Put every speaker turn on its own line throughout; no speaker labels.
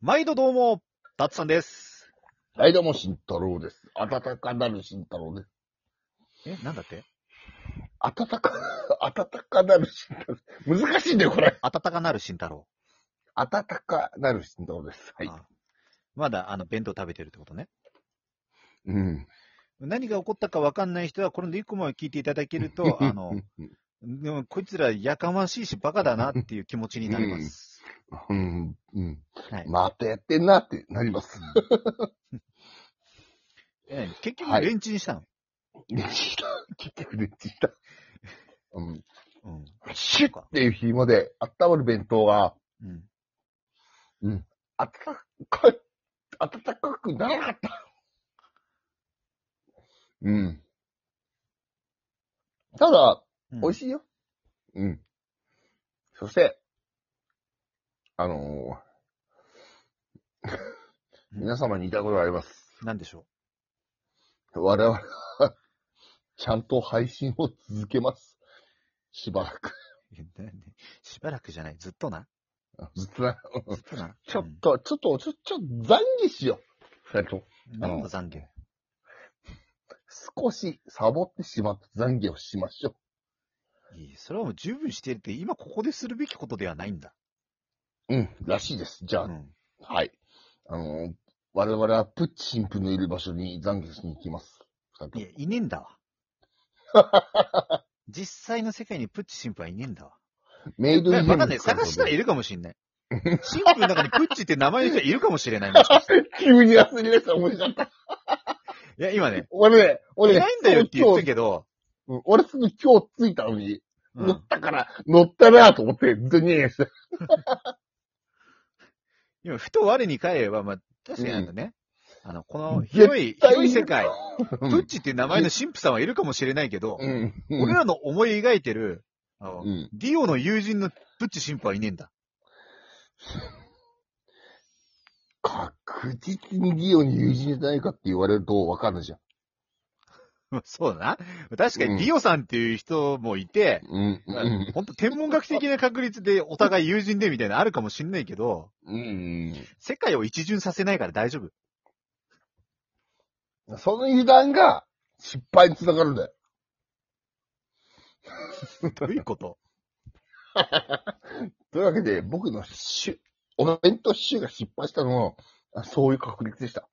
毎度どうも、たつさんです。
はい、どうも、慎太郎です。暖かなる慎太郎です。
え、なんだって
暖か、 暖かなる慎太郎。難しいんだよ、これ。
暖かなる慎太郎。
暖かなる慎太郎です。はい。
あまだ、あの、弁当食べてるってことね。
うん。
何が起こったかわかんない人は、これで一個前聞いていただける と、あの、でもこいつらやかましいし、バカだなっていう気持ちになります。
うん、うん。
はい
またやってんなってなります。
ええ結
は
局、
い
レンチンしたの。
レンチした。結局レンチした。うん。
うん。
シュッっていう紐で温まる弁当が、
うん。
暖か、暖かくならなかった。うん。ただ、
うん
美味しいよ。うん。そして、あのー皆様に言いたいことがあります。
なんでしょ
我々は、ちゃんと配信を続けます。しばらく。
ういやなんでしばらくじゃない。ずっとな。
ずっとな、
ずっとな。
ちょっと、ちょっと、ちょ、ちょ、懺悔しよう。二人とも
うん。なんだ懺悔。
少しサボってしまった懺悔をしましょ
いい。それはもう十分しているって、今ここでするべきことではないんだ。
う。うん、らしいです。じゃあ、
うん。
はい。あのー我々はプッチンプのいる場所に懺悔しに行きます。二人と
い
も
や、いねえんだわ。 実際の世界にプッチ神父はいねえんだわ。
メイドイン
まだね、探したらいるかもしんない。神父の中にプッチって名前の人いるかもしれない。もしかして
急に忘れ出した、思い出しちゃった。
いや、今 ね、
俺ね、
い
俺ね、
ないんだよって言っ
今
た
日、
けど、
うん俺すぐ今日着いたのに、
う
乗
ん
っ、たから、乗ったなと思って、ずっとニヤニヤしてた。
今、ふと我に返れば、まあ、確かになんだね。あの、この
絶
広い、
対
広い世界、プ
うん
ッチって名前の神父さんはいるかもしれないけど
う、ん。
俺らの思い描いてる、あの
うん。
ディオの友人のプッチ神父はいねえんだ。
確実にディオに友人じゃないかって言われるとわかるじゃん。
そうだな。確かにディオさんっていう人もいて、
うん。うん。
ほんと天文学的な確率でお互い友人でみたいなのあるかもしんないけど、
うん。
世界を一巡させないから大丈夫。
その油断が、失敗につながるんだよ。
どういうこと
というわけで、僕のシュ、お弁当シュが失敗したのも、あそういう確率でした。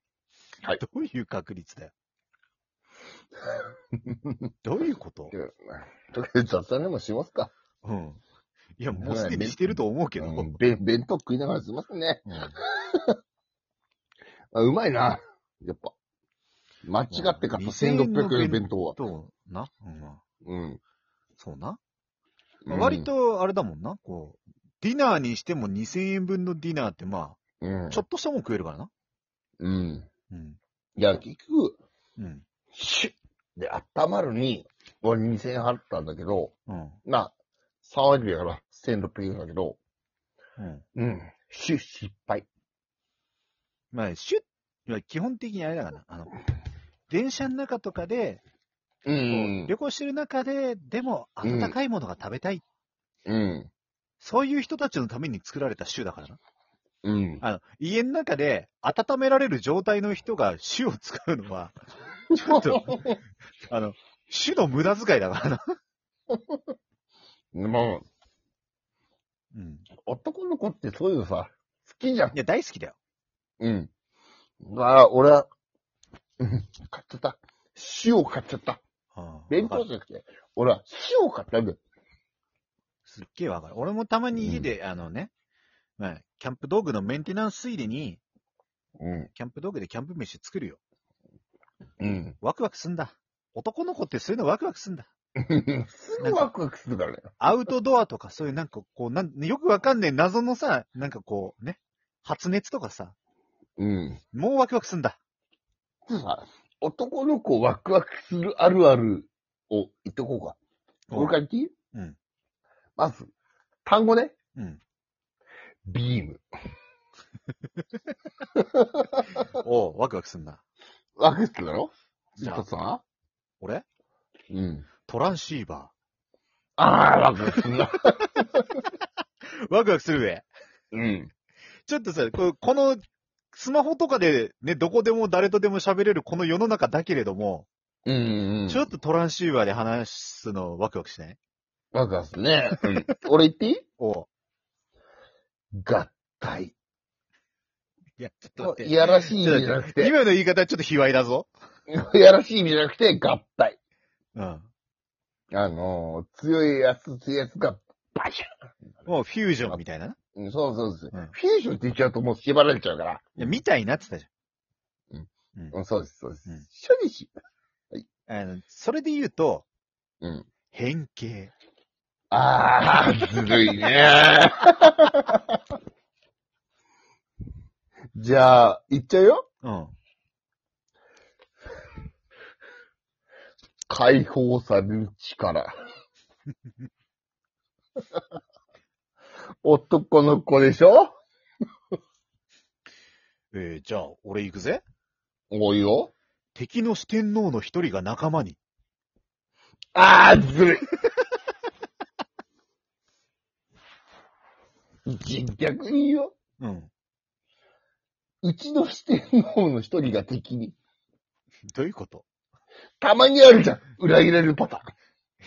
はい
どういう確率だよ。どういうこと
というわけで、雑談でもしますか。
うん。いや、もうすでにしてると思うけど。う
うん
ん
べ弁当食いながらすいませんね。あうまいな。やっぱ。間違って買
う
っ
ん
た
2000
1600円弁当は。
どうな、うん、
うん。
そうな。
うん
割、と、あれだもんな。こう、ディナーにしても2000円分のディナーってま
うん
あ、ちょっとしたもん食えるからな。
うん。
うん。
いや、結局、
うん。
シュッで温まるに、俺2000円払ったんだけど、
うん。
まあ、騒いでやから1600円だけど、
うん。
うん。シュッ失敗。
まあ、シュッ、まあ基本的にあれだからな、あの、電車の中とかで、
う。
こうん旅行してる中で、でも、
うん
温かいものが食べたい、
うん。
そういう人たちのために作られたシュだからな。
うん。
あの、家の中で温められる状態の人がシュを使うのは、 ちょっと、あの、シュの無駄遣いだからな。
でも、
うん。
男の子ってそういうのさ、好きじゃん
い。や、大好きだよ。
うん。ああ、俺は、うん買っちゃった。塩を買っちゃった。
ああ
弁
わ
当
かる
じゃなくて、俺は塩を買ったんだよ。
すっげえわかる。俺もたまに家で、あのね、まあ、キャンプ道具のメンテナンスついでに、
うん。
キャンプ道具でキャンプ飯作るよ。
うん。
ワクワクすんだ。男の子ってそういうのワクワクすんだ。
すぐワクワクするからね。
アウトドアとかそういうなんかこう、なんよくわかんねえ謎のさ、なんかこうね、発熱とかさ、
うん。
もうワクワクすんだ。
ちょっとさ、男の子ワクワクするあるあるを言ってこうか。俺から言っていい
うん。
まず、単語ね。
うん。
ビーム。
おう、ワクワクすんだ。
ワクワクするだろ
じゃあ
一つは
俺
うん。
トランシーバ
ああ、ワクワクするな。
ー。ワクワクするべ。
うん。
ちょっとさ、ここの、スマホとかでね、どこでも誰とでも喋れるこの世の中だけれども、
うんうんうん。
ちょっとトランシーバーで話すのワクワクしない
ワクワクするね。うん俺言っていい
おう
合体。
いや、ちょっ待って
いやらしい意味じゃなくて、
今の言い方ちょっと卑猥だぞ。
いやらしい意味じゃなくて合体。
うん。
あのー、強いやつ、強いやつが、バシ
もうフュージョンみたいなな。
ュンうんそうそうそう。
うん
フュージョンって言っちゃうともう縛られちゃうから。
いや、みたいなって言ったじ
うん、そうです、そうです。
うん
初日
ゃん。あの、それで言うと、
うん。
変形。
ああ、ずるいね。 じゃあ、言っちゃうよ。
うん。
解放される力。男の子でしょ
えー、じゃあ、俺行くぜ。
多いよ。
敵の四天王の一人が仲間に。
ああ、ずるい。じ逆に言うよ。
うん。
うちの四天王の一人が敵に。
どういうこと
たまにあるじゃん。裏切れるパタ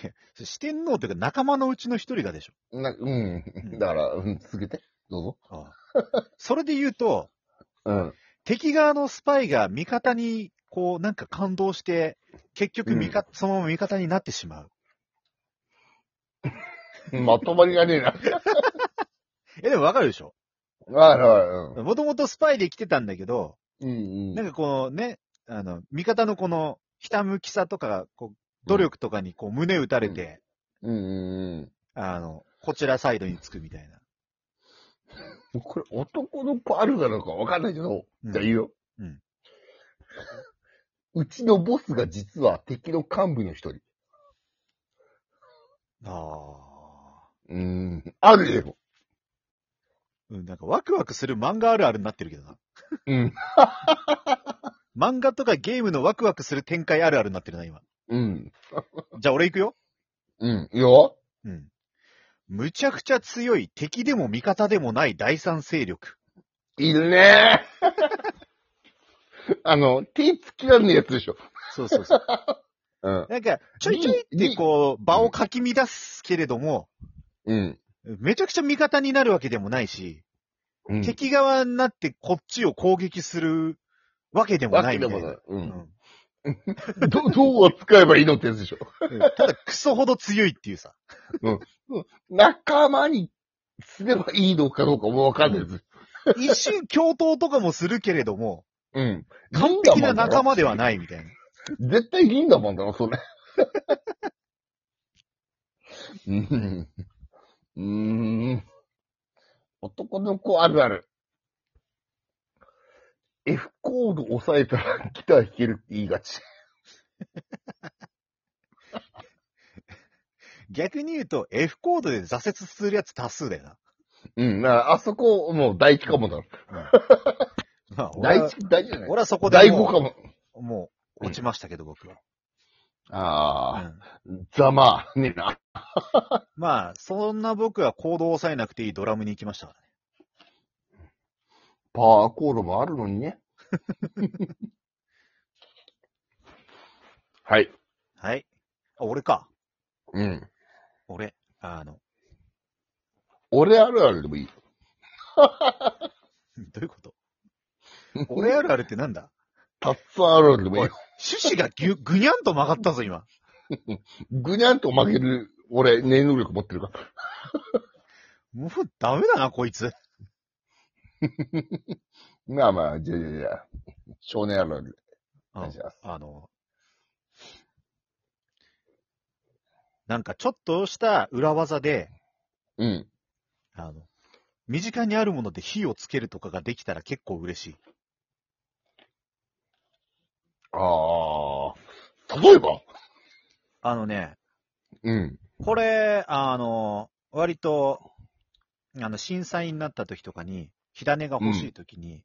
ーン。
四天王というか仲間のうちの一人がでしょ。
な、うん。だから、うん、続けて。どうぞ。
ああ それで言うと、
うん。
敵側のスパイが味方に、こう、なんか感動して、結局味方、そのまま味方になってしまう。
まとまりがねえな。
え、でもわかるでしょ
あら、うん。
もともとスパイで来てたんだけど、
うんう
なん
ん。
かこうね、あの、味方のこの、ひたむきさとか、こう、努力とかにこう、胸打たれて、
うんうん
あの、こちらサイドにつくみたいな。
うん。これ男の子あるかどうかわかんないけど、
うん
じゃあ言うよ。
うん。
うちのボスが実は敵の幹部の一人。
ああ。
うん。あるよ。
うん、なんかワクワクする漫画あるあるになってるけどな。
うん。
漫画とかゲームのワクワクする展開あるあるになってるな、今。
うん。
じゃあ俺行くよ。
うん。いいよ。
うん。むちゃくちゃ強い敵でも味方でもない第三勢力。
いるね あの、手つきらんねえやつでしょ。
そうそう そう。
うん。
なんか、ちょいちょいっ
に
てこう、場をかき乱すけれども、
うん。
めちゃくちゃ味方になるわけでもないし、
うん。
敵側になってこっちを攻撃するわけでも
わ
ない
け
み
で
たい
も
な。
ない。う。
うんん
ど、 どう扱えばいいのってやつでしょ。
うんただ、クソほど強いっていうさ。
仲間にすればいいのかどうかもわかんないです。
一瞬共闘とかもするけれども、
うん。。
完璧な仲間ではいないみたいな。
絶対銀河マンだな、それ。 うん。うーん。男の子あるある。F コード押さえたらギター弾けるって言いがち。
逆に言うと、F コードで挫折するやつ多数だよな。
うん。だからあそこ、もう第一かもだろ。
まあ、俺
第
は
一、第一じゃない。
俺はそこで
第
も
五
う
かも。
もう、落ちましたけど、僕は。う
ああ、
ん
ざまあ、ねえな。
まあ、そんな僕は行動を抑えなくていいドラムに行きましたからね。
パワーコードもあるのにね。 はい。
はい。あ、俺か。
うん。
俺。あの、
俺あるあるでもいい。
どういう こと俺あるあるってなんだ
たっさんあるあるでもいいよ。
趣旨が ぎゅ、ぐにゃんと曲がったぞ、今。
ぐにゃんと負ける、俺、念能力持ってるから。
もうダメだな、こいつ。
まあまあ、じゃあじゃあじゃあ少年あるある。
う
お願い
ん
します。
あの、なんかちょっとした裏技で、
うん。
あの、身近にあるもので火をつけるとかができたら結構嬉しい。
ああ。例えば
あのね、
うん。
これ、あの、割と、あの、震災になった時とかに、火種が欲しい時に、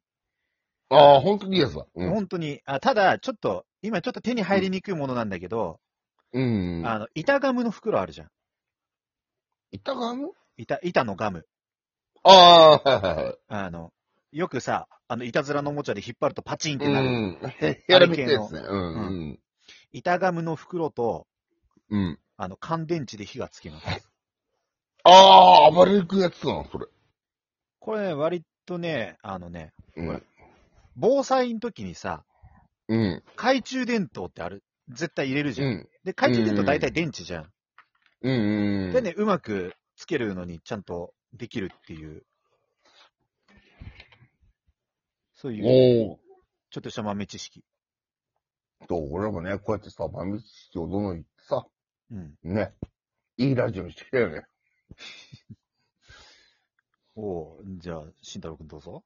ああ、本当にいいやつだ。うん。
本当に、あただ、ちょっと、今ちょっと手に入りにくいものなんだけど、
うん。
あの、板ガムの袋あるじゃん。
板ガム
板、板のガム。
ああ、はいはいはい。
あの、よくさ、あの、いたずらのおもちゃで引っ張るとパチンって
う
なる。
ん。やらめてですね。うん。
板ガムの袋と、
うん。うん。
あの、乾電池で火がつきます。
ああ、暴れる君やってたな、それ。
これね、割とね、あのね、
うん。
防災の時にさ、
うん。
懐中電灯ってある。絶対入れるじ
う
ゃん。
ん。
で、懐中電灯大体電池じゃん。
うん。
でね、うまくつけるのにちゃんとできるっていう。そういう、
おお。
ちょっとした豆知識。
と、俺もね、こうやってさ、豆知識をどんどん言ってさ、
うん。
ね。いいラジオにしてきたよね。
おうじゃあ、慎太郎くんどうぞ。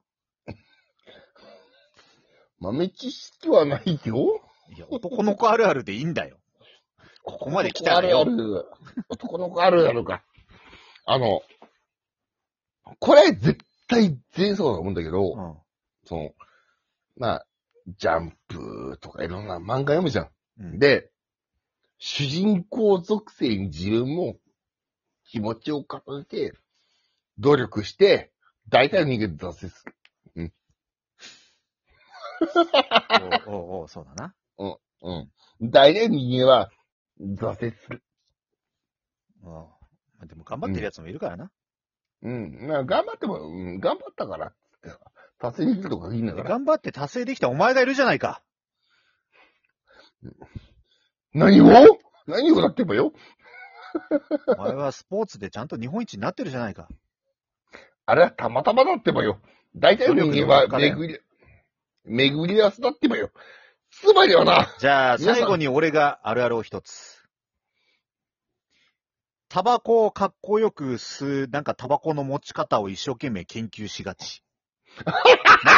豆知識はないよ。
いや、男の子あるあるでいいんだよ。ここまで来た
あ
ら
るあ
よ。
る。男の子あるあるか。あの、これ絶対全員そうだと思うんだけど、
うん。
その、まあ、ジャンプとかいろんな漫画読むじゃ
うん
ん。、で、主人公属性に自分も気持ちを重ねて、努力して、大体逃げ出せする。
おうおうおうそうだな。
うん。大体逃げは挫折する。
うん。まあでも頑張ってるやつもいるからな。
うん。まあ、頑張っても、うん、頑張ったからっつって、達成できるとかいいんだ
で
から。
頑張って達成できたお前がいるじゃないか。
何を何をだってばよ。
お前はスポーツでちゃんと日本一になってるじゃないか。
あれはたまたまだってばよ。大体の人間は巡り、巡り合わせだってばよ。つまりはな、
じゃあ、
皆さ
最
ん
後に俺があるあるを一つ。タバコをかっこよく吸う、なんかタバコの持ち方を一生懸命研究しがち。